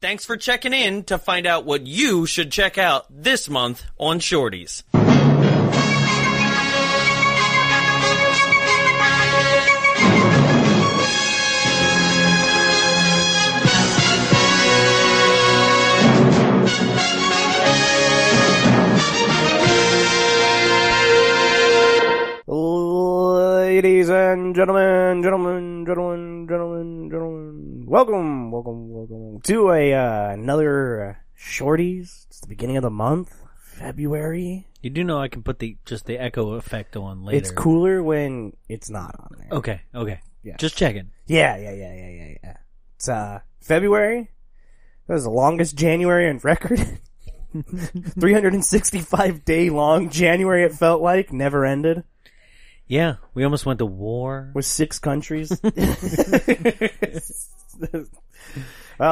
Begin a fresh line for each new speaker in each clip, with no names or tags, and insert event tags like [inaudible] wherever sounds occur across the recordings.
Thanks for checking in to find out what you should check out this month on Shorties.
Ladies and gentlemen, gentlemen, gentlemen, gentlemen, gentlemen, welcome, welcome, welcome to a uh, another shorties. It's the beginning of the month, February.
You do know I can put the just the echo effect on later.
It's cooler when it's not on there.
Okay, okay.
Yeah.
Just checking.
Yeah, yeah, yeah, yeah, yeah, yeah. It's uh February. That was the longest January on record. [laughs] 365 day long January it felt like never ended
Yeah, we almost went to
[laughs]
war.
with six countries. wow,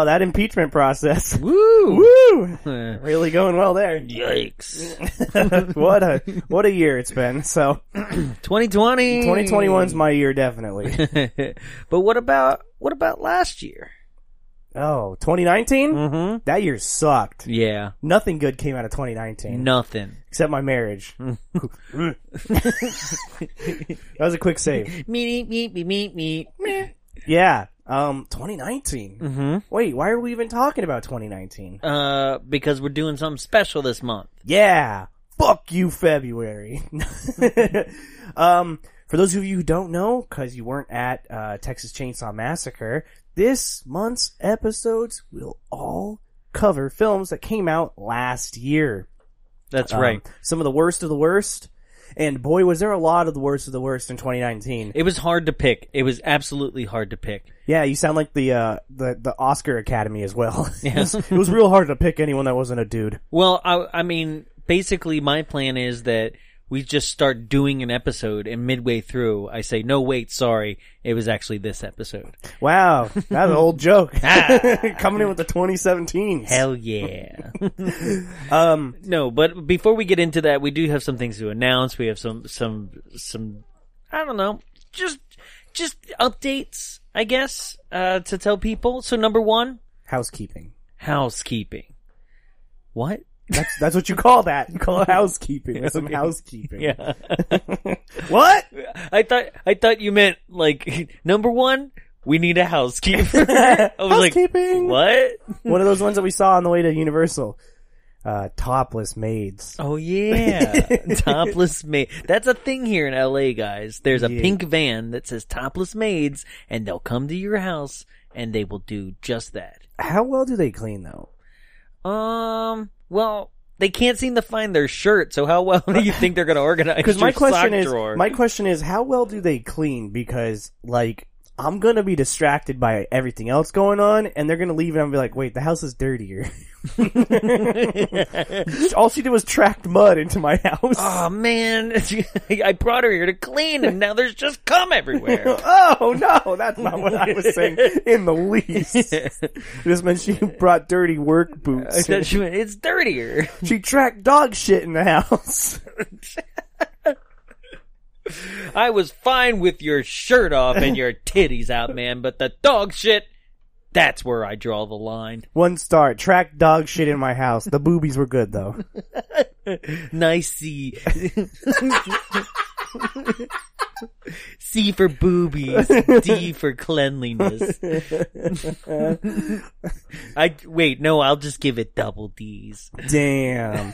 that impeachment process.
Woo!
Woo!
Uh,
[laughs] Really going well there.
[laughs] Yikes!
[laughs] what a what a year it's been. So
2020.
2021's my year definitely.
[laughs] but what about what about last year?
Oh, 2019?
Mm-hmm.
That year sucked.
Yeah.
Nothing good came out of 2019.
Nothing.
except my marriage. [laughs] that was a quick save.
Meet meet meet meet meet.
Yeah. Um, 2019.
Mm-hmm.
Wait, why are we even talking about 2019?
Uh, because we're doing something special this month.
Yeah. Fuck you, February. [laughs] um, for those of you who don't know, cause you weren't at, uh, Texas Chainsaw Massacre, this month's episodes will all cover films that came out last year.
That's
Um,
right.
Some of the worst of the worst. And boy, was there a lot of the worst of the worst in 2019.
It was hard to pick. It was absolutely hard to pick.
Yeah, you sound like the uh, the the Oscar Academy as well. [laughs] it, was, it was real hard to pick anyone that wasn't a dude.
Well, I, I mean, basically, my plan is that we just start doing an episode, and midway through, I say, "No, wait, sorry, it was actually this episode."
Wow, that's an
[laughs]
old joke. [laughs] Coming in with the 2017.
Ah. Hell yeah!
Um,
no, but before we get into that, we do have some things to announce. We have some, some, some. I don't know, just, just updates, I guess, uh, to tell people. So, number one,
housekeeping.
housekeeping. What?
That's that's what you call that. You call it housekeeping. There's some
[laughs]
housekeeping.
Yeah.
What?
I thought I thought you meant like [laughs] number one. We need a
[laughs]
housekeeper. [laughs] I was
Housekeeping.
like, what?
One of those ones that we saw on the way to Universal. Uh, topless maids.
Oh yeah, [laughs] topless maid. That's a thing here in L.A., guys. There's a
Yeah.
pink van that says topless maids, and they'll come to your house and they will do just that.
How well do they clean though?
Um, well, they can't seem to find their shirt, so how well [laughs] do you think they're going to organize?
Because my
your
question
sock
is,
drawer?
my question is, how well do they clean? Because like, I'm gonna be distracted by everything else going on, and they're gonna leave, and I'm gonna be like, wait, the house
[laughs]
is dirtier. [laughs] All she did was tracked mud into my house.
Oh man, [laughs] I brought her here to clean, and now there's just cum
[laughs]
everywhere.
Oh no, that's not what I was saying in
[laughs]
the least. This meant she brought dirty work
I
boots. [laughs]
said, [laughs] "She went, it's dirtier.
She tracked dog shit in the house.
[laughs]
[laughs]
I was fine with your shirt off and your titties out, man, but the dog shit, that's where I draw the line.
One star, tracked dog shit in my house. The boobies were good though.
Nice C. [laughs] C for boobies, D for cleanliness. Uh-huh. I wait, no, I'll just give it double D's.
Damn.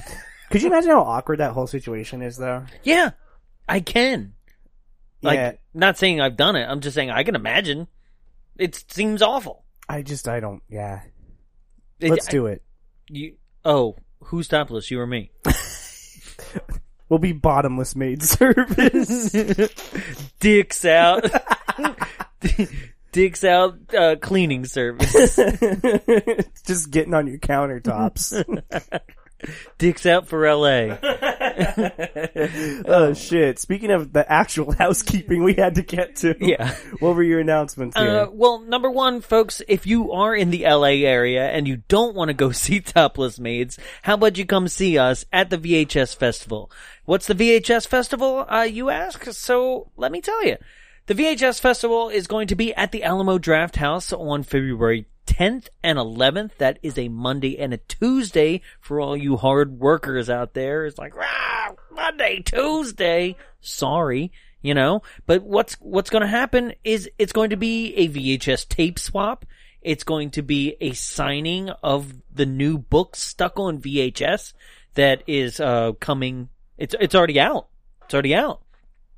Could you imagine how awkward that whole situation is though?
Yeah, I can. Like,
yeah,
not saying I've done it. I'm just saying I can imagine. It seems awful.
I just I don't. Yeah,
It-
let's do it.
You, oh, who's topless? You or me?
We'll be bottomless
[laughs]
maid service. [laughs]
Dicks out. [laughs] Dicks out uh, cleaning service.
just getting on
[laughs]
your countertops.
Dicks out for LA.
[laughs] oh shit! Speaking of the actual [laughs] housekeeping, we had to get to.
Yeah.
What were your announcements? Here?
Uh, well, number one, folks, if you are in the LA area and you don't want to go [laughs] see Topless Maids, how about you come see us at the VHS Festival? What's the VHS Festival, uh, you ask? So let me tell you. The VHS Festival is going to be at the Alamo Draft House on February 10th and 11th. That is a Monday and a Tuesday for all you hard workers out there. It's like, ah, Monday, Tuesday. Sorry, you know, but what's, what's going to happen is it's going to be a VHS tape swap. It's going to be a signing of the new book stuck on VHS that is, uh, coming. It's, it's already out. It's already out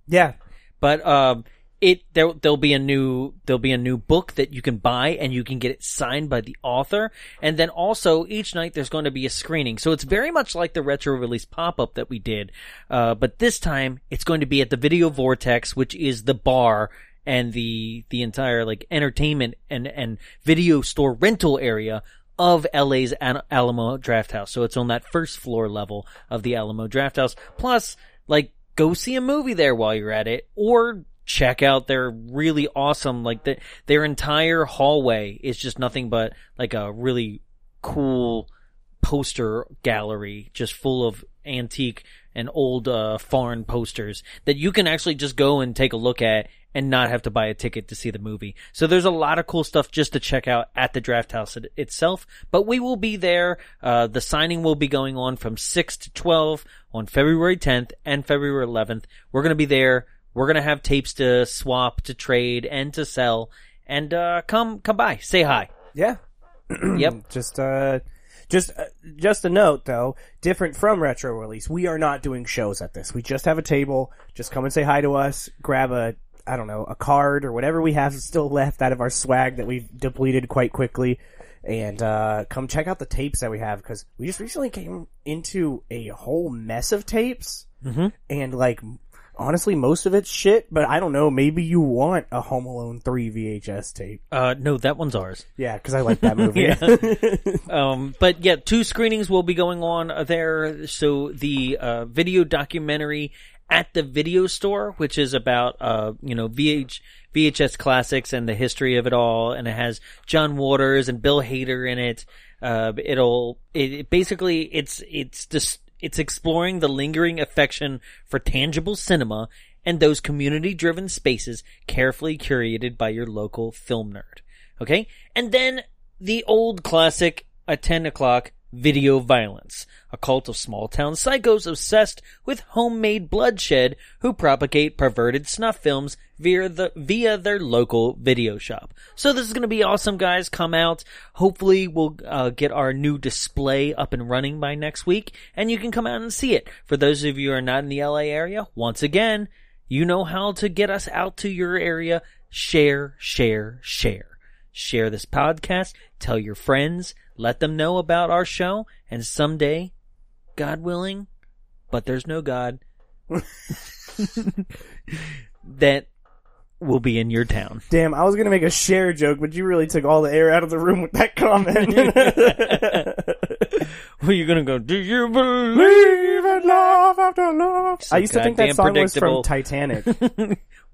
Yeah.
but um it there there'll be a new there'll be a new book that you can buy and you can get it signed by the author and then also each night there's going to be a screening so it's very much like the retro release pop-up that we did uh, but this time it's going to be at the video vortex which is the bar and the the entire like entertainment and and video store rental area of LA's An- Alamo Draft House. So it's on that first floor level of the Alamo Draft House. Plus, like go see a movie there while you're at it or check out their really awesome like the, their entire hallway is just nothing but like a really cool poster gallery just full of antique and old uh, foreign posters that you can actually just go and take a look at and not have to buy a ticket to see the movie. So there's a lot of cool stuff just to check out at the draft house it- itself, but we will be there. Uh, the signing will be going on from 6 to 12 on February 10th and February 11th. We're going to be there. We're going to have tapes to swap, to trade, and to sell. And, uh, come, come by. Say hi.
Yeah.
yep.
[clears throat] Just uh just uh, just a note though, different from retro release, we are not doing shows at this. We just have a table. Just come and say hi to us. Grab a I don't know a card or whatever we have still left out of our swag that we've depleted quite quickly, and uh, come check out the tapes that we have because we just recently came into a whole mess of tapes and like honestly most of it's shit. But I don't know. Maybe you want a Home Alone three VHS tape.
Uh, no, that one's ours.
Yeah, because I like
[laughs]
that movie.
Um, but yeah, two screenings will be going on uh, there. So the uh, video documentary at the video store, which is about uh, you know VH, VHS classics and the history of it all, and it has John Waters and Bill Hader in it. Uh, it'll it, it basically it's it's just it's exploring the lingering affection for tangible cinema and those community-driven spaces carefully curated by your local film nerd. Okay, and then the old classic at 10 o'clock video violence a cult of small town psychos obsessed with homemade bloodshed who propagate perverted snuff films via the via their local video shop so this is going to be awesome guys come out hopefully we'll uh, get our new display up and running by next week and you can come out and see it for those of you who are not in the la area once again you know how to get us out to your area share share share share this podcast, tell your friends, let them know about our show, and someday, God willing, but there's no
[laughs]
God, that will be in your
[laughs]
town.
[laughs] Damn, I was gonna make a share joke, but you really took all the air out of the room with that
[laughs]
comment. [laughs]
Well, you're gonna go, do you believe?
love after love.
So
I used to think that
goddamn
song was
predictable. [laughs]
from Titanic.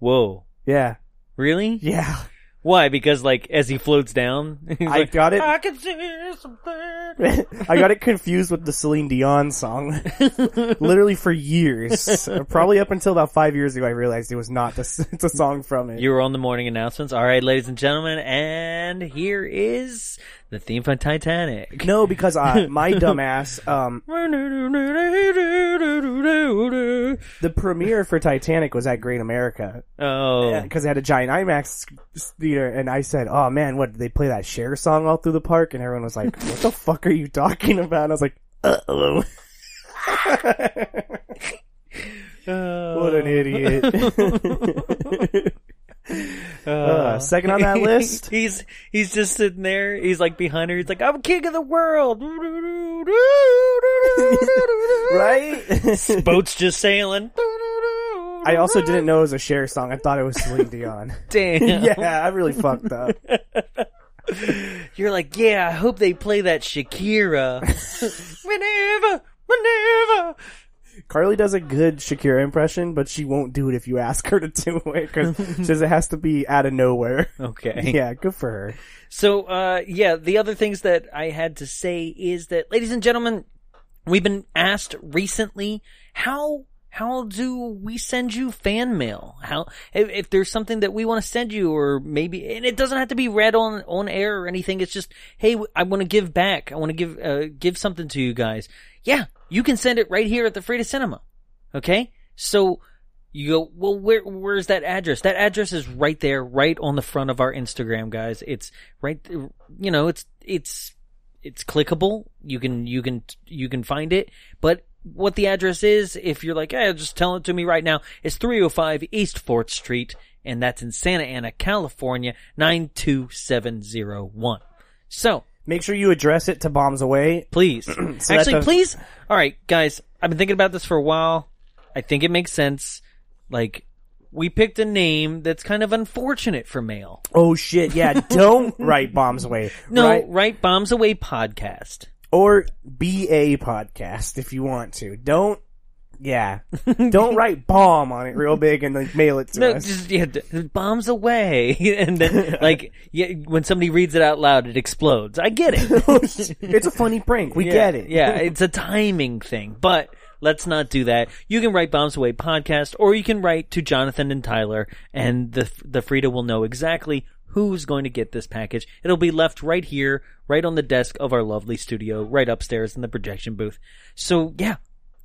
Whoa.
yeah,
Really? [laughs]
yeah.
Why? Because like as he floats down, [laughs] he's
I
like,
got it. [laughs]
I can see something.
I got it confused with the Celine Dion song. [laughs] Literally for
[laughs]
years, probably up until about five years ago, I realized it was not the, s- [laughs] the song from it.
You were on the morning announcements. All right, ladies and gentlemen, and here is the theme from
[laughs]
Titanic.
no,
[laughs]
because I, my dumbass, um,
Oh,
the premiere for Titanic was at Great America, because they had a giant IMAX s- theater, and I said, "Oh man, what did they play that Cher song all through the park?" And everyone was like, "What the fuck are you talking about?" And I was like, "Uh oh, what an idiot!" Uh, second
[laughs]
on that list,
he's he's just sitting there. He's like behind her. He's like, "I'm king of the world."
[laughs] [laughs]
[laughs]
right?
Boat's just sailing.
I
[laughs]
also didn't know it was a Cher song. I thought it was Celine Dion.
damn.
[laughs] yeah, I really fucked up.
You're like, yeah, I hope they play that
[laughs]
Shakira. [laughs] whenever, whenever.
Carly does a good Shakira impression, but she won't do it if you ask her to do it because she says it has to be out of nowhere.
[laughs] Okay.
yeah, good for her.
So, uh, yeah, the other things that I had to say is that, ladies and gentlemen, we've been asked recently how how do we send you fan mail? How if, if there's something that we want to send you, or maybe, and it doesn't have to be read on on air or anything. It's just, hey, I want to give back. I want to give uh, give something to you guys. Yeah, you can send it right here at the Frida Cinema. Okay, so you go, well, where where's that address? That address is right there, right on the front of our Instagram, guys. It's right, th- you know, it's it's it's clickable. You can you can you can find it, but what the address is, if you're like, hey, just tell it to me right now, it's 305 East Fourth Street, and that's in Santa Ana, California, 92701. So
Make sure you address it to Bombs Away.
please,
[clears throat] So that
actually,
does-
please. All right, guys, I've been thinking about this for a while. I think it makes sense. Like, we picked a name that's kind of unfortunate for mail.
Oh shit, yeah, don't write Bombs Away.
No,
Write-
right? Bombs Away podcast.
or BA podcast if you want to. Don't,
[laughs]
yeah, don't write bomb on it real big and then mail it to
No,
us.
just yeah, d- [laughs] bombs away, [laughs] and then like yeah, when somebody reads it out loud, it explodes. I get it.
[laughs] it's a funny prank. We get it. [laughs]
yeah, it's a timing thing, but let's not do that. You can write Bombs Away podcast, or you can write to Jonathan and Tyler, and the the Frida will know exactly who's going to get this package. It'll be left right here, right on the desk of our lovely studio, right upstairs in the projection booth. So yeah,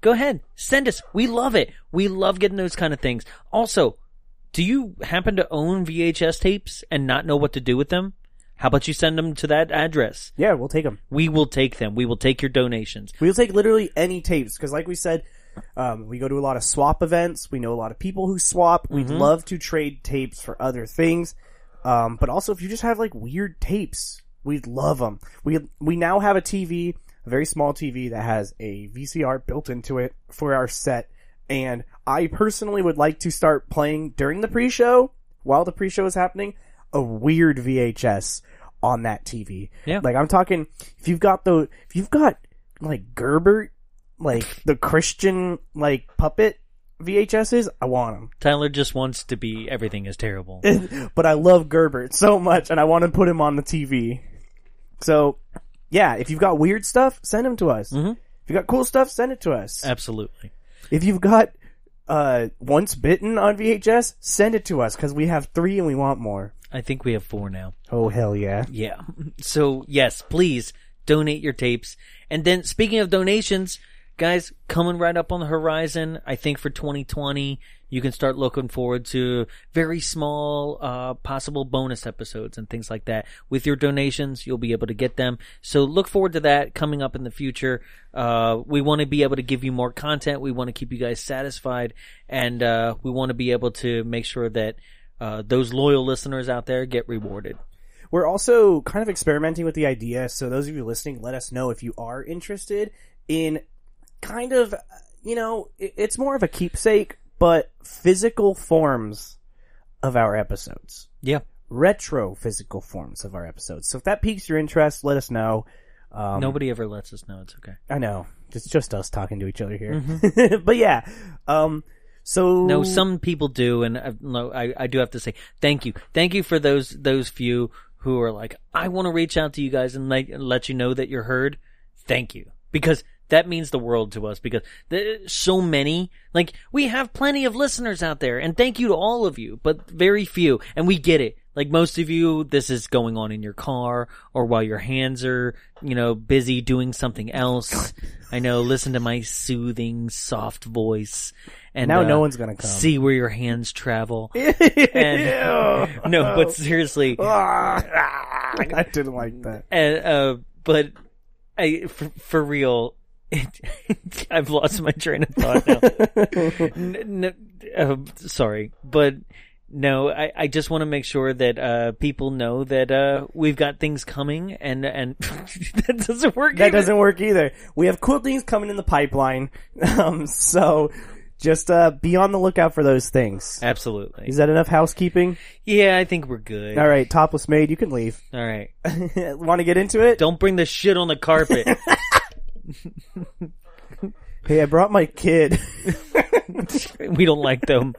go ahead, send us. We love it. We love getting those kind of things. Also, do you happen to own VHS tapes and not know what to do with them? How about you send them to that address?
Yeah, we'll take them.
We will take them. We will take your donations.
We'll take literally any tapes because, like we said, um, we go to a lot of swap events. We know a lot of people who swap. We'd love to trade tapes for other things, um, but also if you just have like weird tapes, we'd love them. We we now have a TV, a very small TV that has a VCR built into it for our set, and I personally would like to start playing during the pre-show while the pre-show is happening a weird VHS on that TV.
Yeah.
Like I'm talking if you've got the if you've got like Gerbert, like the Christian like puppet VHSs, I want
Tyler just wants to be everything is terrible.
them. but I love Gerbert so much and I want to put him on the TV. So, yeah, if you've got weird stuff, send them to us. If you got cool stuff, send it to us.
Uh, Absolutely.
If you've got uh once bitten on VHS, send it to us cuz we have 3 and we want more.
I think we have four now.
Oh hell yeah.
Yeah. So yes, please donate your tapes. And then speaking of donations, guys, coming right up on the horizon, I think for 2020, you can start looking forward to very small, uh, possible bonus episodes and things like that. With your donations, you'll be able to get them. So look forward to that coming up in the future. Uh, we want to be able to give you more content. We want to keep you guys satisfied and, uh, we want to be able to make sure that, uh, those loyal listeners out there get rewarded.
We're also kind of experimenting with the idea. So those of you listening, let us know if you are interested in kind of, uh, you know, i- it's more of a keepsake, but physical forms of our episodes,
Yeah.
retro physical forms of our episodes. So if that piques your interest, let us know. Um,
Nobody ever lets us know. It's okay.
I know it's just us talking to each other here, [laughs] but yeah. Um, so
Mm-hmm. No, some people do, and uh, no, I, I do have to say thank you, thank you for those those few who are like, I want to reach out to you guys and like, let you know that you're heard. Thank you, because that means the world to us. Because the, so many, like we have plenty of listeners out there, and thank you to all of you, but very few, and we get it. Like most of you, this is going on in your car or while your hands are, you know, busy doing something else. I know, listen to my soothing, soft voice. And
Now
uh,
no one's gonna come. [laughs]
See where your hands travel. and, [laughs] no,
[laughs]
but seriously,
Oh. I didn't like that.
and, uh, but I, for, for real, it, [laughs] I've lost my train of thought
[laughs]
now. N- n- uh, sorry, but no, I, I just want to make sure that uh, people know that uh, we've got things coming, and and [laughs] that doesn't work.
that
either.
doesn't work either. We have cool things coming in the pipeline. [laughs] Um, so just uh, be on the lookout for those things.
Absolutely.
Is that enough housekeeping?
Yeah, I think we're good.
All right, topless maid, you can leave. [laughs]
All right.
Want to get into it?
Don't bring the shit on the
[laughs]
carpet.
Hey, I brought my kid. [laughs]
we don't like them.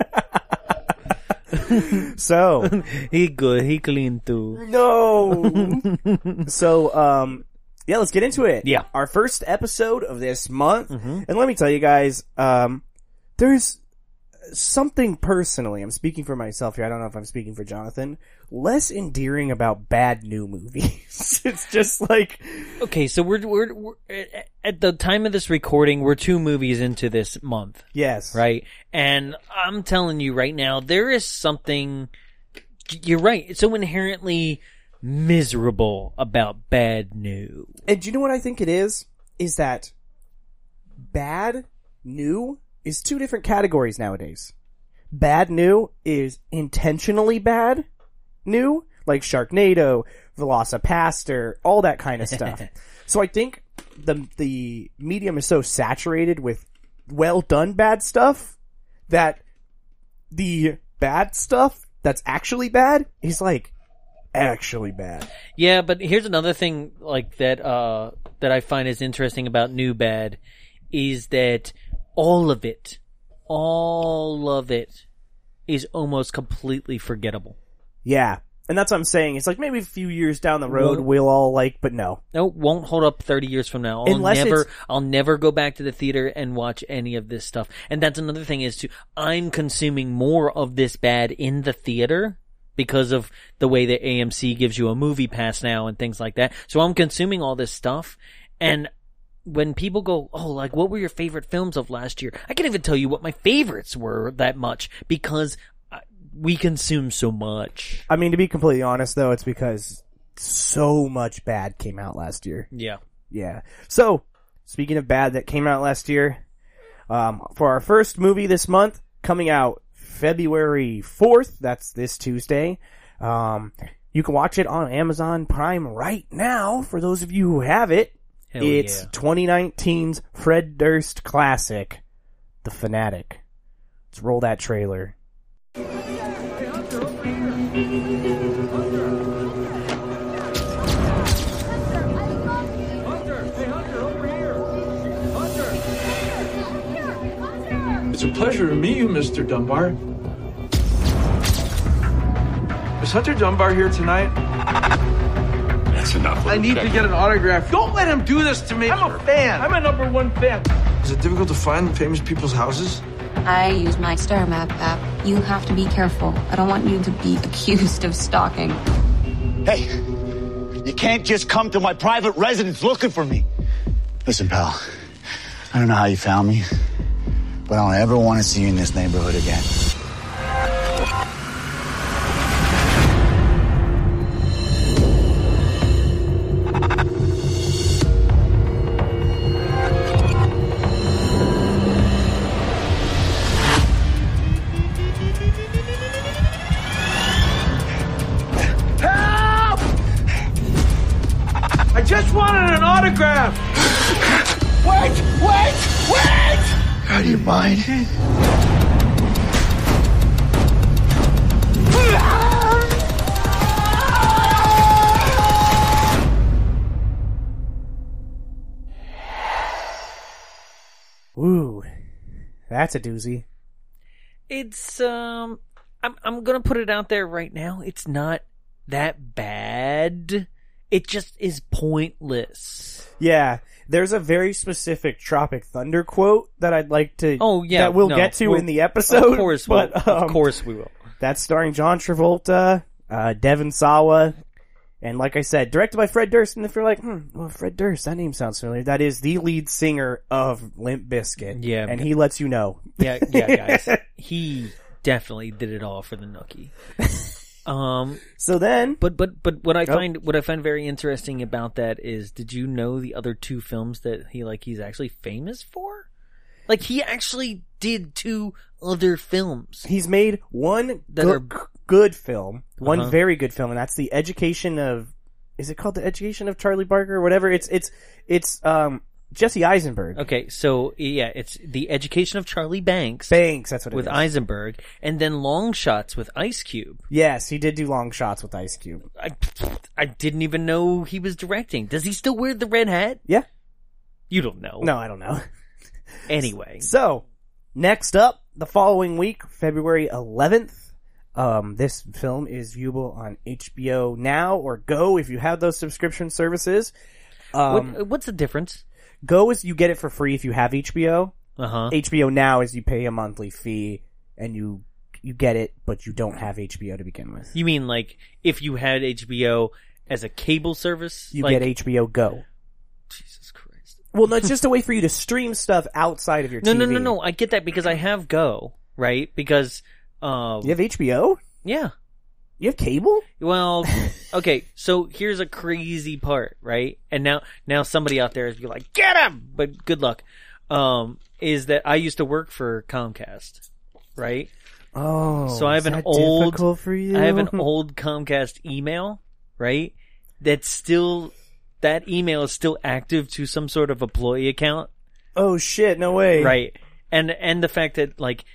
[laughs]
so
He good. He clean too.
no. so um, yeah, let's get into it.
Yeah.
our first episode of this month, and let me tell you guys, um, there's something personally, I'm speaking for myself here, I don't know if I'm speaking for Jonathan, less endearing about bad new movies. [laughs] it's just like,
Okay, so we're, we're we're at- at the time of this recording, we're two movies into this month,
yes.
right? And I'm telling you right now, there is something. You're right. It's so inherently miserable about bad news.
And do you know what I think it is? Is that bad new is two different categories nowadays. Bad new is intentionally bad new, like Sharknado, Velocipaster, all that kind of stuff. so I think the the medium is so saturated with well done bad stuff that the bad stuff that's actually bad is like actually bad.
Yeah, but here's another thing like that uh that I find is interesting about New Bad is that all of it all of it is almost completely forgettable.
Yeah. And that's what I'm saying. It's like maybe a few years down the road
Well-
we'll all like, but no.
No, it won't hold up 30 years from now. I'll
Unless
never
it's-
I'll never go back to the theater and watch any of this stuff. And that's another thing is to I'm consuming more of this bad in the theater because of the way that AMC gives you a movie pass now and things like that. So I'm consuming all this stuff and when people go, oh, like, what were your favorite films of last year? I can't even tell you what my favorites were that much because uh, we consume so much.
I mean, to be completely honest though, it's because so much bad came out last year.
Yeah.
Yeah. So, speaking of bad that came out last year, um, for our first movie this month, coming out February 4th, that's this Tuesday, um, you can watch it on Amazon Prime right now for those of you who have it.
Hell
it's
yeah.
2019's Fred Durst classic, The Fanatic. Let's roll that trailer.
It's a pleasure to meet you, Mr. Dunbar. Is Hunter Dunbar here tonight?
That's enough.
I need to get an autograph. Don't let him do this to me. I'm a fan. I'm a number one fan. Is it difficult to find famous people's houses?
I use my Star Map app. You have to be careful. I don't want you to be [laughs] accused of stalking.
Hey, you can't just come to my private residence looking for me. Listen, pal, I don't know how you found me, but I don't ever want to see you in this neighborhood again.
I just wanted an autograph.
Wait, wait, wait! Out of your mind.
Ooh, that's a doozy.
It's um I'm I'm going to put it out there right now. It's not that bad. It just is pointless.
Yeah, there's a very specific Tropic Thunder quote that I'd like to.
Oh yeah,
that we'll
no,
get to
we'll-
in the episode.
Of course,
but
we'll-
um,
of course we will.
that's starring John Travolta, uh, Devin Sawa, and like I said, directed by Fred Durst. And if you're like, hmm, well, Fred Durst, that name sounds familiar. That is the lead singer of Limp Bizkit.
Yeah.
and he lets you know. [laughs]
Yeah, yeah, guys. he definitely did it all for the nookie. Um,
So then,
but but but what I
Oh.
find what I find very interesting about that is, did you know the other two films that he like he's actually famous for? Like he actually did two other films.
he's made one
That
go-
are-
good film, one
Uh-huh.
very good film, and that's the Education of. Is it called the Education of Charlie Barker or whatever? It's it's it's um Jesse Eisenberg.
Okay, so yeah, it's the Education of Charlie Banks
Banks, that's what it
with
is.
Eisenberg, and then Long Shots with Ice Cube.
yes, he did do long shots with Ice Cube.
I I didn't even know he was directing. Does he still wear the red hat?
Yeah.
You don't know.
No, I don't know. [laughs]
Anyway.
So, next up, the following week, February 11th, um, this film is viewable on HBO Now or Go if you have those subscription services. Um,
what, uh, what's the difference?
Go is you get it for free if you have HBO.
Uh huh.
HBO now is you pay a monthly fee and you you get it, but you don't have HBO to begin with.
You mean like if you had HBO as a cable service?
You
like,
get HBO Go.
Jesus Christ.
Well, no, it's just a way for you to stream stuff outside of your
No,
TV.
no, no, no. I get that because I have Go, right? Because, um,
You have HBO?
yeah.
You have cable?
Well, okay. So here's a crazy part, right? And now, now somebody out there is be like, get him, but good luck. Um, is that I used to work for Comcast, right?
Oh,
So I have
is
an
that
old-
difficult for you.
I have
[laughs]
an old Comcast email, right? That's still that email is still active to some sort of employee account,
Oh shit! No way.
right? And and the fact that like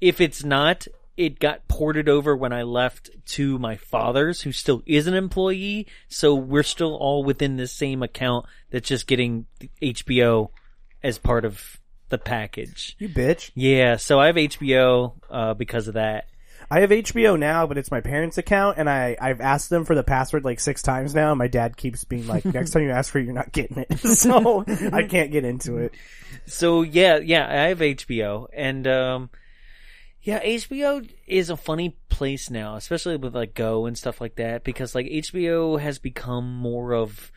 if it's not, it got ported over when I left to my father's, who still is an employee. So we're still all within the same account. That's just getting HBO as part of the package.
You bitch.
Yeah, so I have HBO uh, because of that.
I have HBO now, but it's my parents' account, and I I've asked them for the password like six times now, and my dad keeps being like, "Next time you ask for it, you're not getting it." [laughs] so I can't get into it.
So yeah, yeah, I have HBO, and um, yeah, HBO is a funny place now, especially with like Go and stuff like that, because like HBO has become more of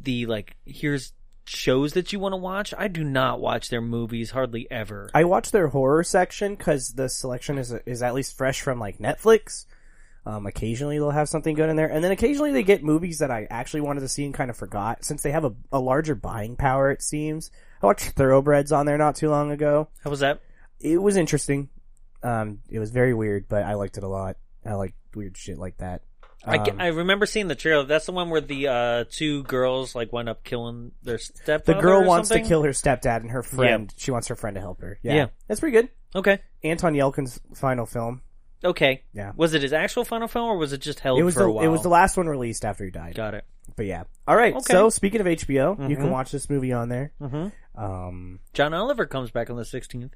the like here's shows that you want to watch. I do not watch their movies hardly ever.
I watch their horror section because the selection is is at least fresh from like Netflix. Um, occasionally they'll have something good in there, and then occasionally they get movies that I actually wanted to see and kind of forgot. Since they have a, a larger buying power, it seems. I watched Thoroughbreds on there not too long ago.
How was that?
It was interesting. Um, it was very weird, but I liked it a lot. I like weird shit like that.
I, ca-
Um,
I remember seeing the trailer. That's the one where the uh, two girls like went up killing their stepfather.
the girl
or
wants to
something?
kill her stepdad and her friend. She wants her friend to help her. Yeah,
Yeah.
that's pretty good.
Okay,
Anton Yelkin's final film.
okay.
Yeah.
Was it his actual final film, or was it just held
It was
for
the
a while?
it was the last one released after he died.
Got it.
But yeah. All right.
Okay.
So speaking of HBO, you can watch this movie on there.
Mm-hmm.
Um,
John Oliver comes back on the 16th.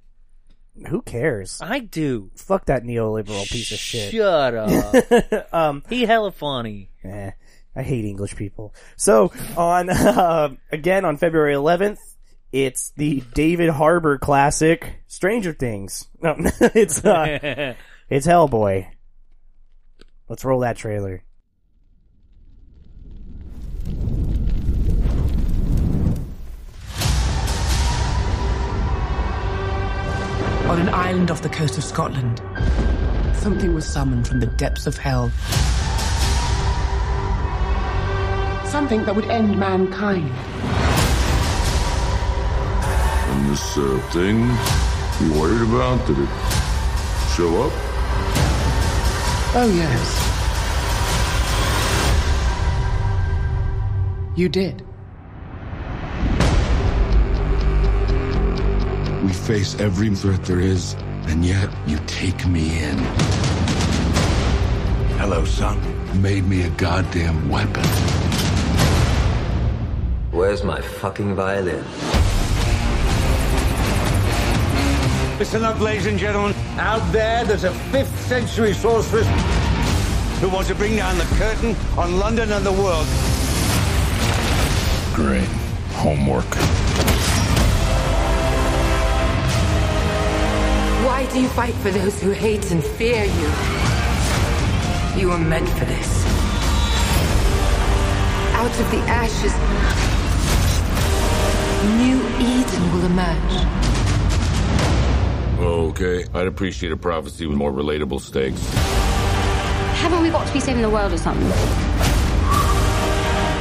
who cares?
I do.
Fuck that neoliberal piece of shit.
Shut up. [laughs]
[laughs] um,
he hella [laughs] funny.
eh, I hate English people. So on [laughs] um again on February 11th, it's the David Harbor classic Stranger Things. No, [laughs] it's
[laughs]
uh, it's Hellboy. Let's roll that trailer.
On an island off the coast of Scotland, something was summoned from the depths of hell.
Something that would end mankind.
And this uh, thing you worried about, did it show up?
Oh, yes. You did.
We face every threat there is, and yet you take me in. Hello, son. Made me a goddamn weapon.
Where's my fucking violin?
Listen up, ladies and gentlemen. Out there, there's a 5th century sorceress who wants to bring down the curtain on London and the world.
Great. Homework.
Why do you fight for those who hate and fear you? You were meant for this.
Out of the ashes, new Eden will emerge.
Okay, I'd appreciate a prophecy with more relatable stakes.
Haven't we got to be saving the world or something?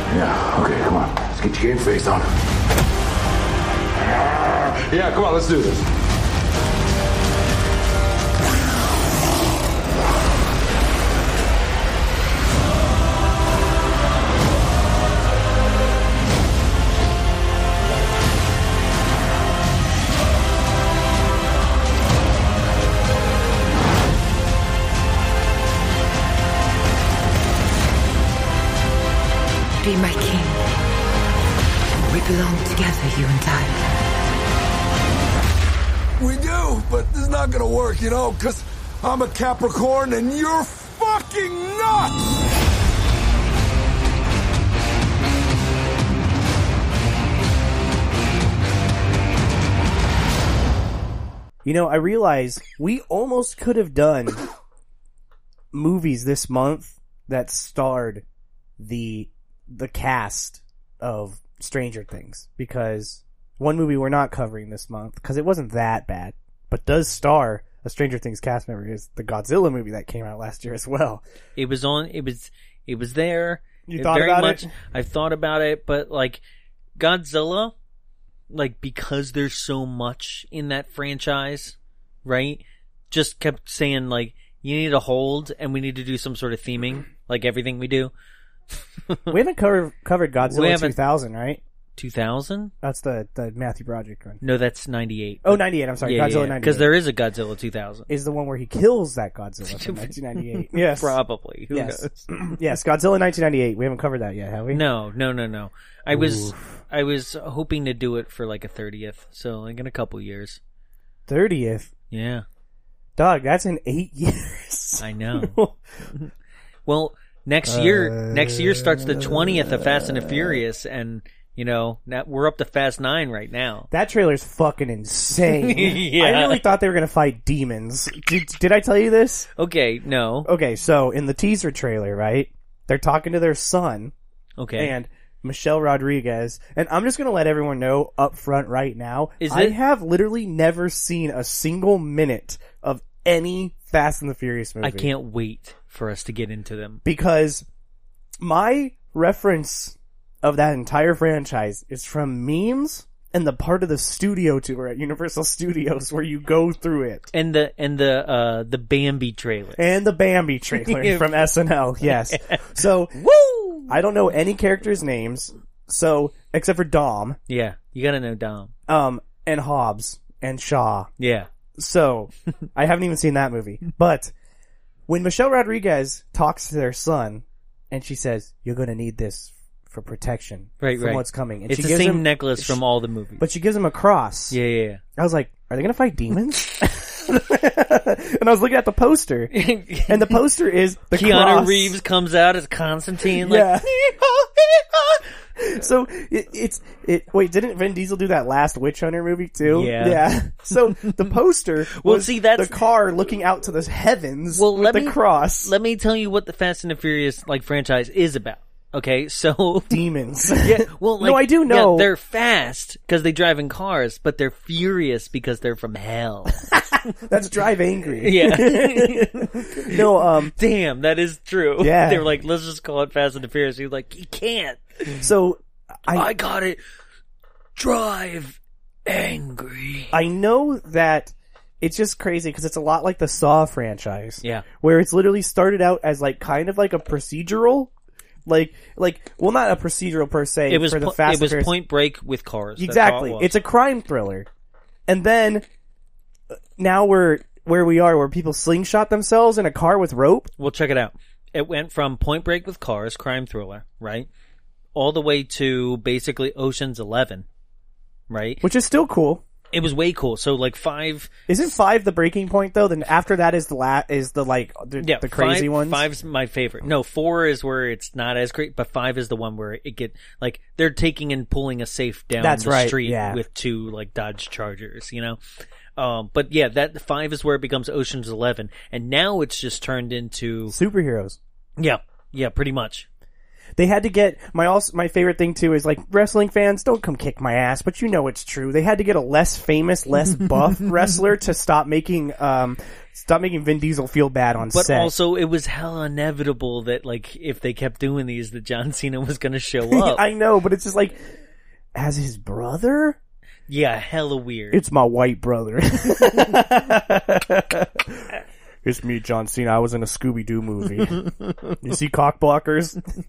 Yeah, okay, come on. Let's get your game face on. Yeah, come on, let's do this.
Be my king. We belong together, you and I.
We do, but it's not gonna work, you know, because I'm a Capricorn and you're fucking nuts!
You know, I realize we almost could have done movies this month that starred the the cast of Stranger Things because one movie we're not covering this month because it wasn't that bad, but does star a Stranger Things cast member is the Godzilla movie that came out last year as well.
It was on. It was. It was there.
You
It
thought
very
about
much,
it?
I've thought about it, but like Godzilla, like because there's so much in that franchise, right? Just kept saying like you need a hold, and we need to do some sort of theming, like everything we do.
we haven't covered covered
[laughs] We
Godzilla
haven't-
2000, right?
2000?
That's the the Matthew Broderick one.
No, that's 98.
Oh, 98, I'm sorry, Godzilla 98.
Because there is a Godzilla 2000.
Is the one where he kills
[laughs]
that Godzilla from 1998. Yes.
Probably. Who
yes.
knows?
[clears throat] yes, Godzilla 1998. We haven't covered that yet, have we?
No, no, no, no. I was I was hoping to do it for like a 30th, so like in a couple years.
30th.
Yeah.
Dog, that's in 8 [laughs] years.
I
[laughs]
know. Well, next year next year starts the 20th of Fast and the Furious and you know, now we're up to Fast 9 right now.
That trailer's fucking insane.
[laughs] Yeah.
I really thought they were going to fight demons. Did, did I tell you this?
Okay, no.
Okay, so in the teaser trailer, right? They're talking to their son.
Okay.
And Michelle Rodriguez. And I'm just going to let everyone know up front right now.
Is
I
it-
have literally never seen a single minute of any Fast and the Furious movie.
I can't wait for us to get into them.
because my reference of that entire franchise is from memes and the part of the studio tour at Universal Studios where you go through it.
And the and the uh the Bambi trailer.
And the Bambi trailer from SNL, yes. So
Woo!
I don't know any characters' names, so except for Dom,
Yeah, you got to know Dom.
um, and Hobbs and Shaw.
Yeah.
So I haven't even seen that movie. But when Michelle Rodriguez talks to their son and she says, You're gonna need this for protection
Right,
from
right.
what's coming. And
it's
she
the
gives
same
him-
necklace
she-
from all the movies.
But she gives him a cross.
yeah, yeah, yeah.
I was like, Are they gonna
[laughs]
fight demons? [laughs] and I was looking at the poster. [laughs] and the poster is the
Keanu
cross.
Reeves comes out as Constantine. Like,
Yeah. so it, it's it. Wait, didn't Vin Diesel do that last Witch Hunter movie too?
Yeah.
So the poster
[laughs] Well,
was
see, that's-
the car looking out to the heavens
Well,
with
let
the
me
cross.
Let me tell you what the Fast and the Furious like franchise is about. Okay, [laughs] so
Demons.
[laughs]
[laughs]
yeah, well,
No,
like,
I do
yeah,
know.
they're fast because they drive in cars, but they're furious because they're from
[laughs]
hell.
That's drive angry.
[laughs]
[laughs]
Yeah.
No, um.
Damn, that is true. [laughs]
Yeah.
they were like, let's just call it Fast and the Furious. He was like, you can't.
So I
I got it. Drive angry.
I know that it's just crazy because it's a lot like the Saw franchise.
Yeah.
Where it's literally started out as like kind of like a procedural. Like, like, well, not a procedural per se.
It was
for the
po- it
Fast and
was
Furious.
Point Break with cars. That's how
Exactly.
it was.
It's a crime thriller. And then uh, now we're where we are where people slingshot themselves in a car with rope.
Well, check it out. It went from Point Break with cars, crime thriller, right, all the way to basically Ocean's Eleven, right?
Which is still cool.
It was way cool. So like five,
Isn't five the breaking point though? Then after that is the la- is the like the,
yeah,
the crazy
five,
ones.
Five's my favorite. No, four is where it's not as great, but five is the one where it get like they're taking and pulling a safe down
That's
the
right,
street
yeah.
with two like Dodge Chargers, you know. Um, but yeah, that five is where it becomes Ocean's Eleven, and now it's just turned into
Superheroes.
yeah, yeah, pretty much.
They had to get my also my favorite thing too is like wrestling fans don't come kick my ass, but you know it's true. They had to get a less famous, less buff wrestler to stop making um stop making Vin Diesel feel bad on
But
set.
also, it was hella inevitable that, like, if they kept doing these, that John [laughs] Cena was going to
[laughs]
show up.
I know, but it's just like as his brother.
yeah, hella weird.
It's my white brother. it's me, John Cena. I was in a Scooby Doo movie. you see Cockblockers?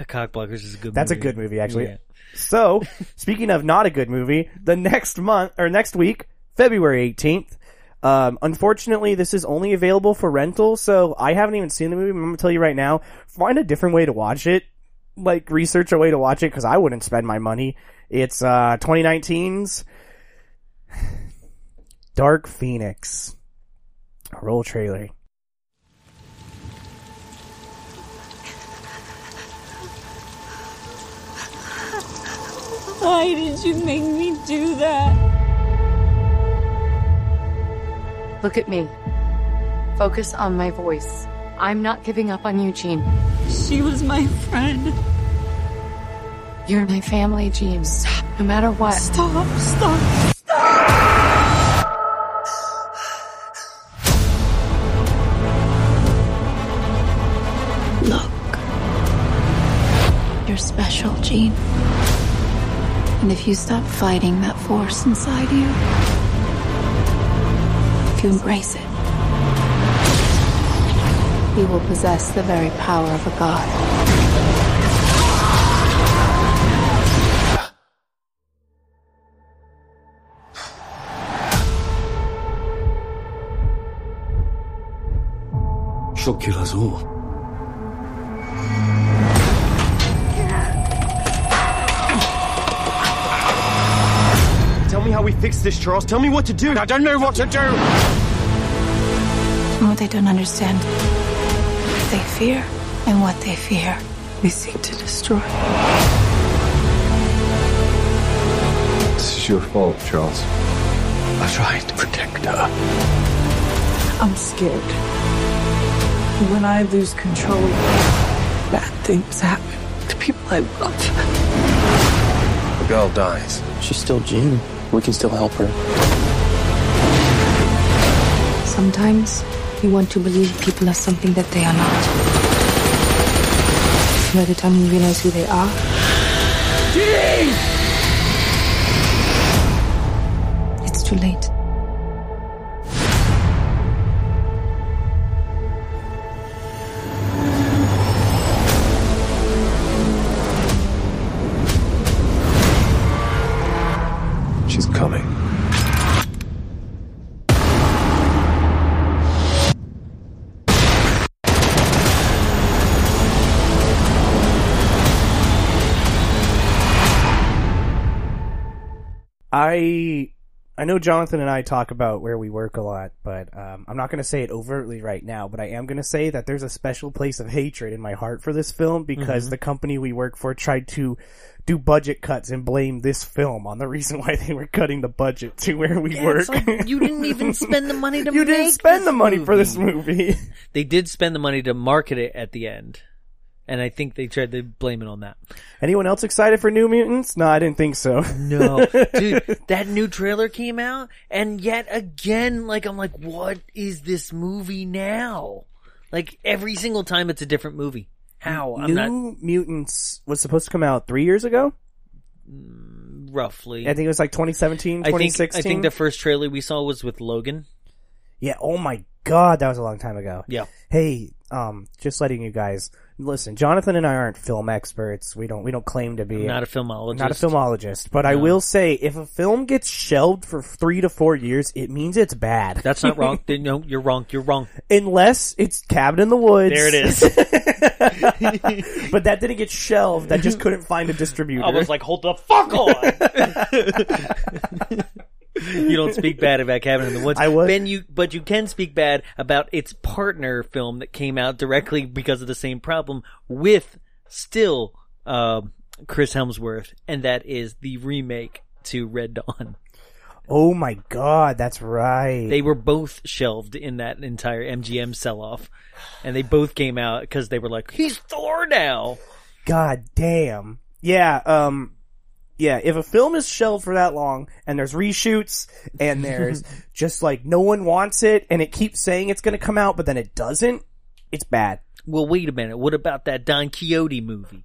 Cockblockers is a good.
That's a
movie.
good movie, actually.
Yeah.
So, speaking of not a good movie, the next month or next week, February eighteenth. Um, unfortunately, this is only available for rental, so I haven't even seen the movie. but I'm gonna tell you right now, find a different way to watch it. Like research a way to watch it because I wouldn't spend my money. It's uh 2019's Dark Phoenix. Roll trailer.
Why did you make me do that?
Look at me. Focus on my voice. I'm not giving up on you, Gene.
She was my friend.
You're my family, Gene. Stop. No matter what.
Stop, stop.
You're special, Gene. And if you stop fighting that force inside you, if you embrace it, you will possess the very power of a god.
She'll kill us all.
Tell me how we fix this, Charles. Tell me what to do. I don't know what to do.
And what they don't understand, they fear, and what they fear, we seek to destroy.
This is your fault, Charles. I tried to protect her.
I'm scared. When I lose control, bad things happen to people I love.
The girl dies. She's still Jean. We can still help her.
Sometimes you want to believe people are something that they are not. By the time you realize who they are, it's too late.
She's coming.
I I know Jonathan and I talk about where we work a lot, but um, I'm not going to say it overtly right now. But I am going to say that there's a special place of hatred in my heart for this film because
Mhm.
the company we work for tried to do budget cuts and blame this film on the reason why they were cutting the budget to where we
Yeah,
work.
it's like you
[laughs]
didn't even spend the money to
you didn't
make
spend
this
the money for this movie. [laughs]
They did spend the money to market it at the end, and I think they tried to blame it on that.
Anyone else excited for New Mutants? No, I didn't think so. [laughs]
No, dude, that new trailer came out, and yet again, like I'm like, what is this movie now? Like every single time, it's a different movie. How? I'm
New
not
Mutants was supposed to come out three years ago.
roughly.
I think it was like 2017,
I think
2016.
I think the first trailer we saw was with Logan.
Yeah, oh my god, that was a long time ago.
Yeah.
Hey, um, just letting you guys listen, Jonathan and I aren't film experts. We don't we don't claim to be
I'm not a filmologist.
Not a filmologist. But I
No.
will say if a film gets shelved for three to four years, it means it's bad.
That's not wrong. [laughs] Then, no, you're wrong. You're wrong.
Unless it's Cabin in the Woods.
There it is. [laughs]
[laughs] but that didn't get shelved. That just couldn't find a distributor.
I was like, hold the fuck on. [laughs] you don't speak bad about Cabin in the Woods. I would. Ben, you, but you can speak bad about its partner film that came out directly because of the same problem with still uh, Chris Helmsworth, and that is the remake to Red Dawn.
Oh my god, that's right.
They were both shelved in that entire MGM sell-off, and they both came out because they were like, "He's Thor now."
God damn. Yeah, um yeah, if a film is shelved for that long and there's reshoots and there's
[laughs]
just like no one wants it and it keeps saying it's going to come out but then it doesn't, it's bad.
Well, wait a minute. What about that Don Quixote movie?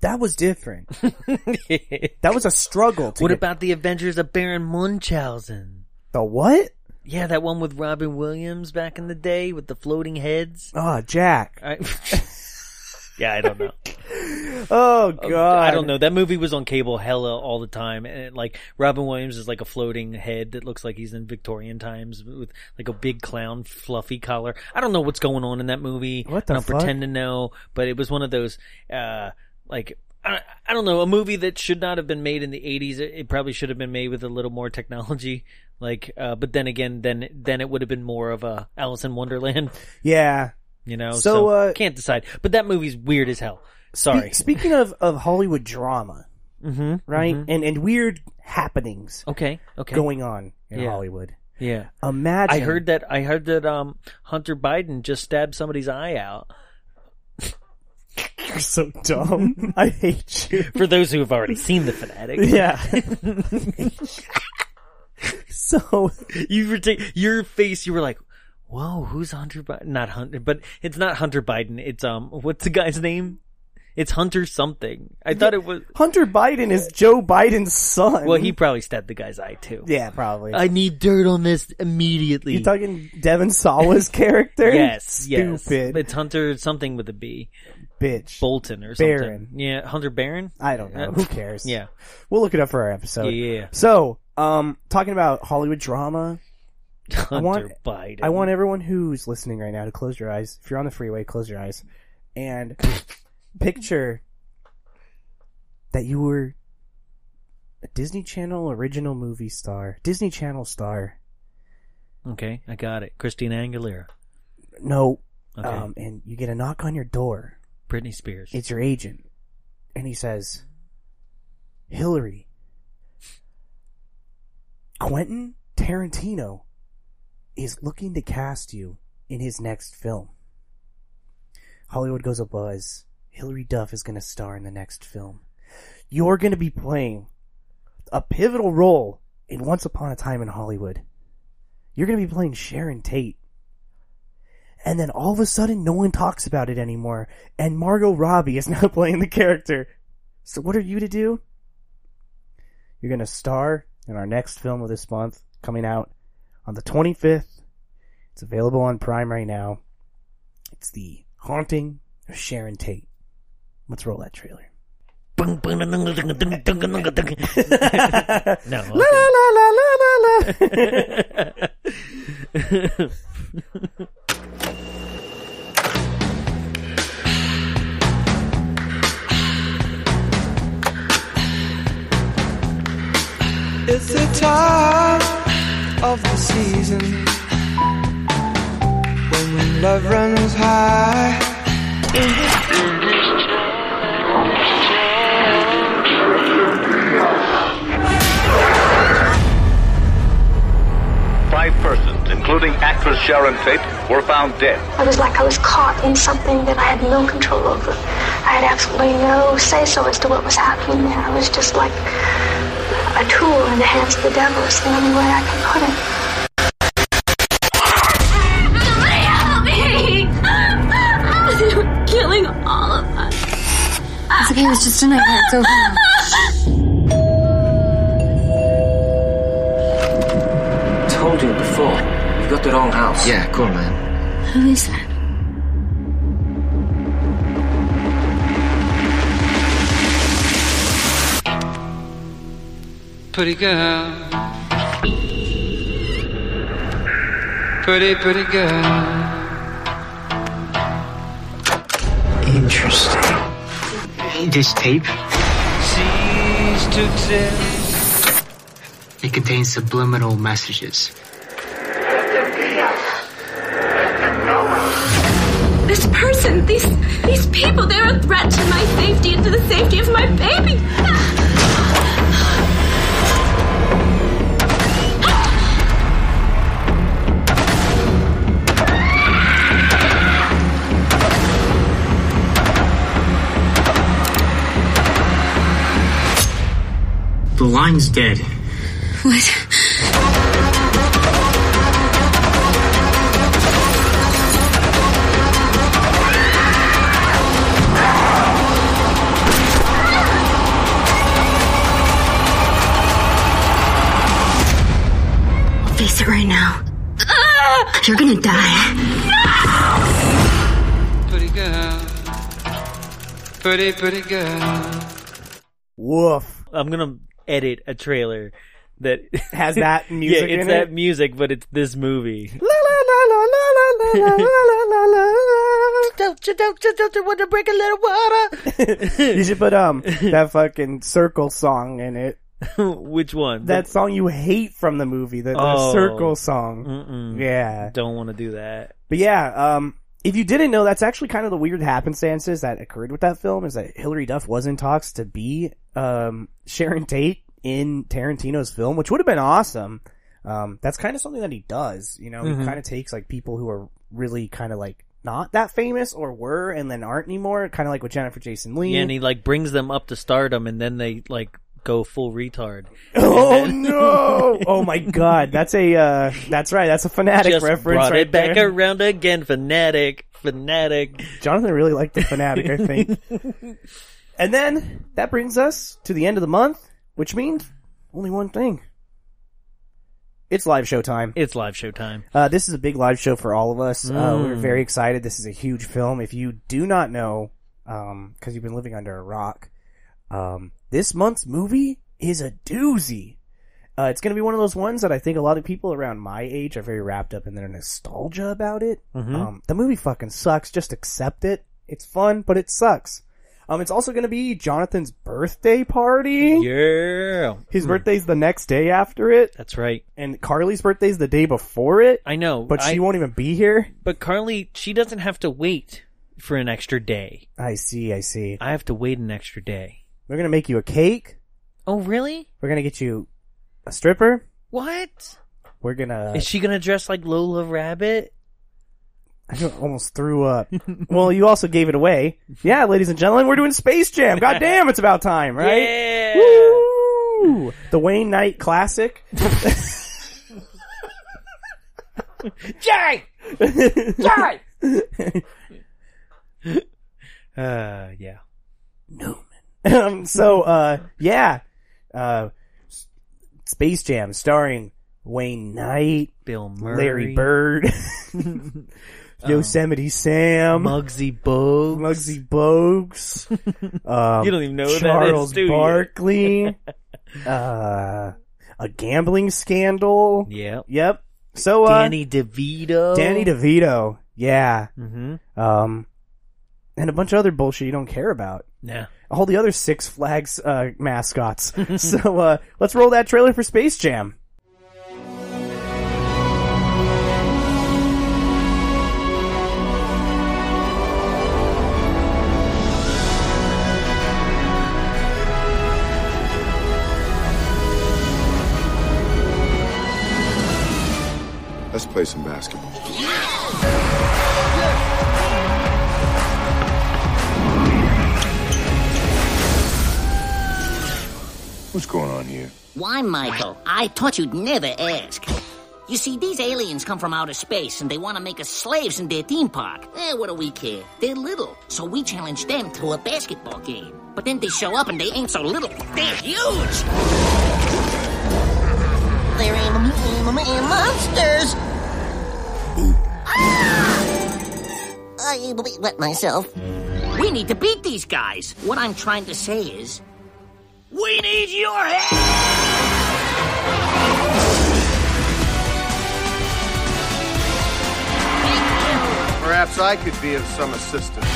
That was different. that was a struggle to
What
get-
about the Adventures of Baron Munchausen?
the what?
Yeah, that one with Robin Williams back in the day with the floating heads.
Oh, Jack.
I, [laughs] yeah, I don't know.
Oh
Uh,
god.
I don't know. That movie was on cable hella all the time, and it, like Robin Williams is like a floating head that looks like he's in Victorian times with like a big clown fluffy collar. I don't know what's going on in that movie.
What the
I don't
fuck?
pretend to know, but it was one of those uh like. I I don't know a movie that should not have been made in the '80s. It it probably should have been made with a little more technology, like. Uh, but then again, then then it would have been more of a Alice in Wonderland,
Yeah.
you know.
So,
So,
uh,
can't decide. But that movie's weird as hell. Sorry.
Spe- speaking of of Hollywood drama,
mm-hmm,
right? And and weird happenings
Okay. Okay.
going on in
Yeah.
Hollywood.
Yeah.
Imagine.
I heard that. I heard that. Um, Hunter Biden just stabbed somebody's eye out.
You're so dumb. [laughs] I hate you.
For those who have already seen the fanatic.
[laughs] Yeah. so
you were ta- your face. You were like, "Whoa, who's Hunter Biden? Not Hunter, but it's not Hunter Biden. It's um, what's the guy's name? It's Hunter something. I thought it was.
Hunter Biden is Joe Biden's son.
Well, he probably stabbed the guy's eye too.
Yeah, probably.
I need dirt on this immediately.
You're talking
[laughs]
Devin Sawa's character?
yes, yes.
Stupid.
It's Hunter something with a B.
Bitch.
Bolton or something.
Baron.
Yeah, Hunter Barron.
I don't know.
Uh,
Who cares?
Yeah.
We'll look it up for our episode.
Yeah.
So, um, talking about Hollywood drama. I
Hunter
want,
Biden.
I want everyone who's listening right now to close your eyes. If you're on the freeway, close your eyes. And picture that you were a Disney Channel original movie star. Disney Channel star.
Okay, I got it. Christina Aguilera,
No.
Okay.
Um, and you get a knock on your door.
Britney Spears.
It's your agent. And he says, Hillary, Quentin Tarantino is looking to cast you in his next film. Hollywood goes abuzz. Hillary Duff is going to star in the next film. You're going to be playing a pivotal role in Once Upon a Time in Hollywood. You're going to be playing Sharon Tate. And then all of a sudden, no one talks about it anymore. And Margot Robbie is [laughs] now playing the character. So what are you to do? You're going to star in our next film of this month, coming out on the 25th. It's available on Prime right now. It's The Haunting of Sharon Tate. Let's roll that trailer.
[laughs] No.
La la la la la la.
It's the time of the season when love runs high.
Five persons, including actress Sharon Tate, were found dead.
It was like I was caught in something that I had no control over. I had absolutely no say so as to what was happening there. I was just like a tool in the hands of the devil, is the only way I can put it.
Somebody help me! You're killing all of us. It's okay, it was just a nightmare. It's over
Told you before. You've got the wrong house. Yeah, cool, man.
Who is that?
Pretty girl. Pretty, pretty girl.
Interesting. This tape,
Cease to tell.
it contains subliminal messages.
This person, these these people, they're a threat to my safety and to the safety of my baby.
The line's dead.
What?
Face it right now. You're gonna die.
Pretty girl. Pretty, pretty girl.
Woof.
I'm gonna edit a trailer that
Has that
[laughs]
music
yeah, it's
in
that
it?
music, but it's this movie. [laughs]
La la la la la la la la la la.
Don't you, don't you, don't you want to break a little water?
[laughs] you should put um that fucking circle song in it.
Which one?
That song you hate from the movie, the, the
Oh. Mm.
circle song.
Mm-mm.
Yeah.
Don't want to do that.
But yeah, um, if you didn't know, that's actually kind of the weird happenstances that occurred with that film is that Hillary Duff was in talks [laughs] to be um, Sharon Tate in Tarantino's film, which would have been awesome. Um, that's kind of something that he does. You know,
Mhm.
he kind of takes like people who are really kind of like not that famous or were and then aren't anymore. Kind of like with Jennifer Jason Lee.
Yeah, and he like brings them up to stardom, and then they like go full retard.
[laughs] oh no! Oh
[laughs]
my god! That's a uh, that's right. That's a fanatic
Just
reference
brought
right
it back
there.
around again. Fanatic, fanatic.
Jonathan really liked the fanatic, I think. and then that brings us to the end of the month, which means only one thing. It's live show time.
It's live show time.
Uh, this is a big live show for all of us. Uh, we're
Mm.
very excited. This is a huge film. If you do not know, um, cause you've been living under a rock, um, this month's movie is a doozy. Uh, it's gonna be one of those ones that I think a lot of people around my age are very wrapped up in their nostalgia about it.
Mhm.
Um, the movie fucking sucks. Just accept it. It's fun, but it sucks. Um, it's also gonna be Jonathan's birthday party.
Yeah. Hmm.
His birthday's the next day after it.
That's right.
And Carly's birthday's the day before it.
I know,
But she
I-
won't even be here.
But Carly, she doesn't have to wait for an extra day.
I see, I see.
I have to wait an extra day.
We're gonna make you a cake.
Oh, really?
We're gonna get you a stripper.
What?
We're gonna.
Is she gonna dress like Lola Rabbit?
I don't- almost
[laughs]
threw up. well, you also gave it away. Yeah, ladies and gentlemen, we're doing Space Jam. God damn, it's about time, right?
Yeah.
Woo! The Wayne
[laughs]
Knight classic.
[laughs] Jay!
Jay!
Uh, yeah.
um, so, uh, yeah, uh, S- Space Jam starring Wayne Knight,
Bill Murray. Um, [laughs]
Larry Bird, Yosemite Sam,
Muggsy Bogues,
Muggsy Bogues.
[laughs]
um,
You don't even know who that is,
Charles
do you? [laughs]
Barkley, uh, a gambling scandal.
Yep.
Yep. So uh,
Danny DeVito.
Danny DeVito. Yeah.
Mhm.
Um, and a bunch of other bullshit you don't care about.
Yeah.
All the other Six Flags uh,
[laughs]
mascots. so uh, let's roll that trailer for Space Jam.
Let's play some basketball. What's going on here?
Why, Michael? I thought you'd never ask. You see, these aliens come from outer space and they want to make us slaves in their theme park. Eh, what do we care? They're little, so we challenge them to a basketball game. But then they show up and they ain't so little. They're huge! They're anim- anim- anim- monsters! Ah! I wet myself. We need to beat these guys. What I'm trying to say is, we need your help!
Perhaps I could be of some assistance.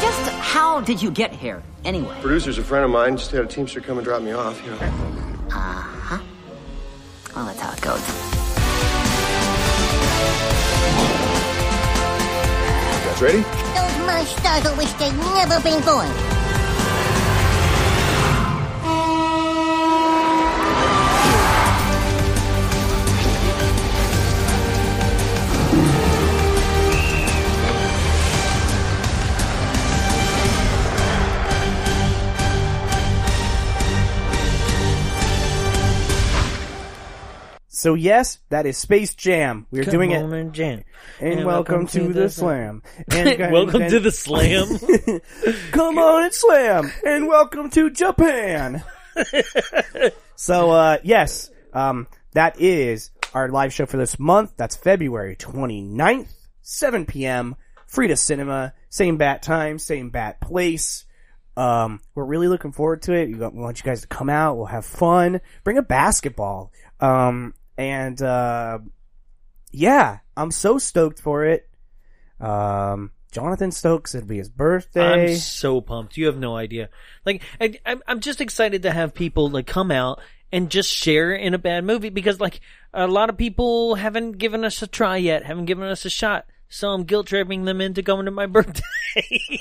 Just how did you get here, anyway?
Producer's a friend of mine. Just had a teamster come and drop me off. You know.
Uh-huh. Well, that's how it goes.
You guys ready?
Those monsters will wish they'd never been born.
So yes, that is Space Jam. We are
Come
doing
on
it.
and jam.
And, welcome, to the
[laughs]
slam. [laughs] And- uh,
welcome
and-
to the
[laughs]
slam.
Come on and slam. And welcome to Japan. so uh yes, um that is our live show for this month. That's February 29th, 7 p.m. Free to cinema, same bat time, same bat place. Um, we're really looking forward to it. We want- we want you guys to come out. We'll have fun. Bring a basketball. Um, and, uh, yeah, I'm so stoked for it. Um, Jonathan Stokes, it'll be his birthday.
I'm so pumped. You have no idea. Like, I, I'm, I'm just excited to have people like come out and just share in a bad movie because like a lot of people haven't given us a try yet, haven't given us [laughs] a shot. So I'm guilt tripping them into going to my birthday.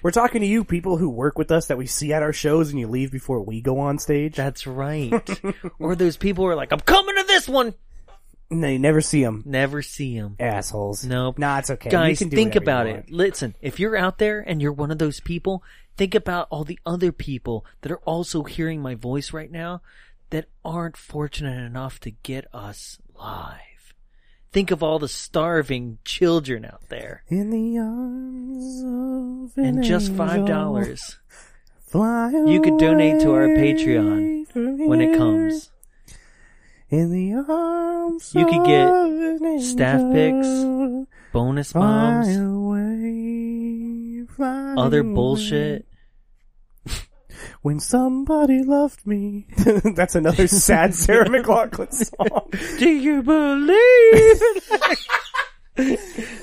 We're talking to you, people who work with us that we see at our shows and you leave before we go on stage.
That's right. [laughs] or those people who are like, I'm coming to this one.
And they never see them.
Never see them.
Assholes.
Nope.
Nah, it's okay. You
Guys,
can do
think
whatever you
about
want.
it. Listen, if you're out there and you're one of those people, think about all the other people that are also hearing my voice right now that aren't fortunate enough to get us live. Think of all the starving children out there.
In the arms of
And
an
just
angel,
$5.
Fly
You could donate to our
away
Patreon when it
from
comes.
here. In the arms
You could get
of an
staff picks,
angel,
bonus
fly
bombs,
away, fly
other
away.
bullshit.
When somebody loved me. [laughs] That's another
[laughs]
sad Sarah McLaughlin song.
Do you believe?
[laughs]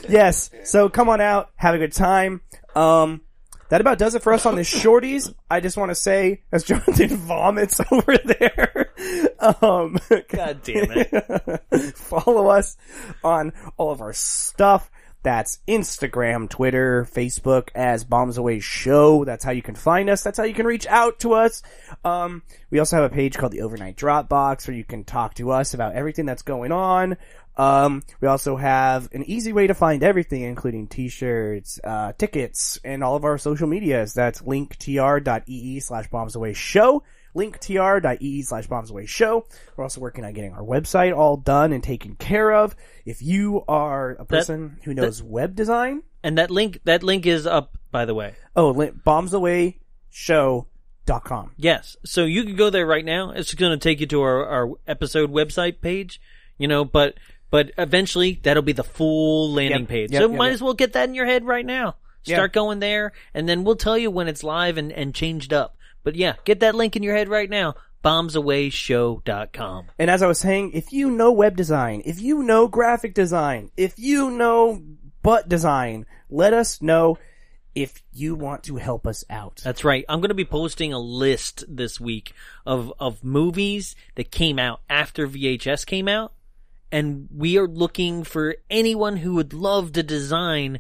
yes. So come on out, have a good time. Um, that about does it for
[laughs]
us on the shorties. I just want to say, as Jonathan [laughs] vomits over there, um,
God damn it.
[laughs] follow us on all of our stuff. That's Instagram, Twitter, Facebook as Bombs Away Show. That's how you can find us. That's how you can reach out to us. Um, we also have a page called the Overnight Dropbox where you can talk to us about everything that's going on. Um, we also have an easy way to find everything, including t-shirts, uh, tickets, and all of our social medias. That's linktr.ee E slash bombs away show. Linktr.ee slash bombs away show. We're also working on getting our website all done and taken care of. If you are a person who knows web design,
and that link, that link is up, by the way.
oh, link, bombsawayshow.com.
Yes. So you can go there right now. It's going to take you to our, our episode website page, you know, but, but eventually that'll be the full landing
Yep,
page.
yep,
so
yep,
might
yep.
as well get that in your head right now.
Yeah.
Start going there and then we'll tell you when it's live and, and changed up. But yeah, get that link in your head right now. Bombsawayshow.com.
And as I was saying, if you know web design, if you know graphic design, if you know butt design, let us know if you want to help us out.
That's right. I'm going to be posting a list this week of of movies that came out after VHS came out, and we are looking for anyone who would love to design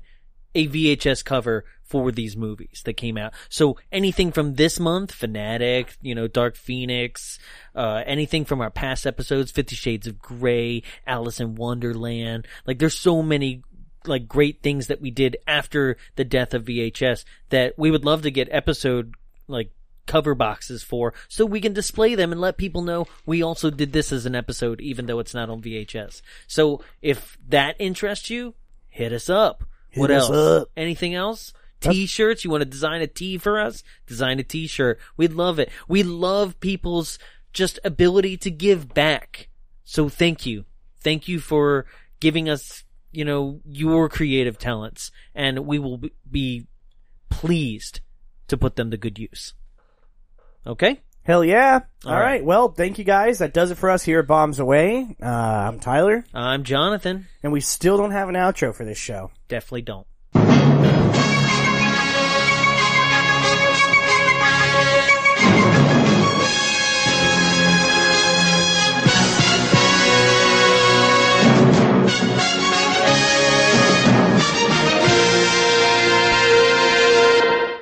a VHS cover for these movies that came out. So anything from this month, Fanatic, you know, Dark Phoenix, uh, anything from our past episodes, Fifty Shades of Grey, Alice in Wonderland. Like there's so many like great things that we did after the death of VHS that we would love to get episode like cover boxes for so we can display them and let people know we also did this as an episode even though it's not on VHS. So if that interests you, hit us up.
Hit
what
us
else?
up.
Anything else?
That's-
T-shirts. You want to design a T for us? Design a T-shirt. We love it. We love people's just ability to give back. So thank you. Thank you for giving us, you know, your creative talents and we will b- be pleased to put them to good use. Okay?
Hell yeah.
All
All right.
right.
Well, thank you guys. That does it for us here at Bombs Away. Uh, I'm Tyler,
I'm Jonathan.
and we still don't have an outro for this show.
Definitely don't.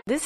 This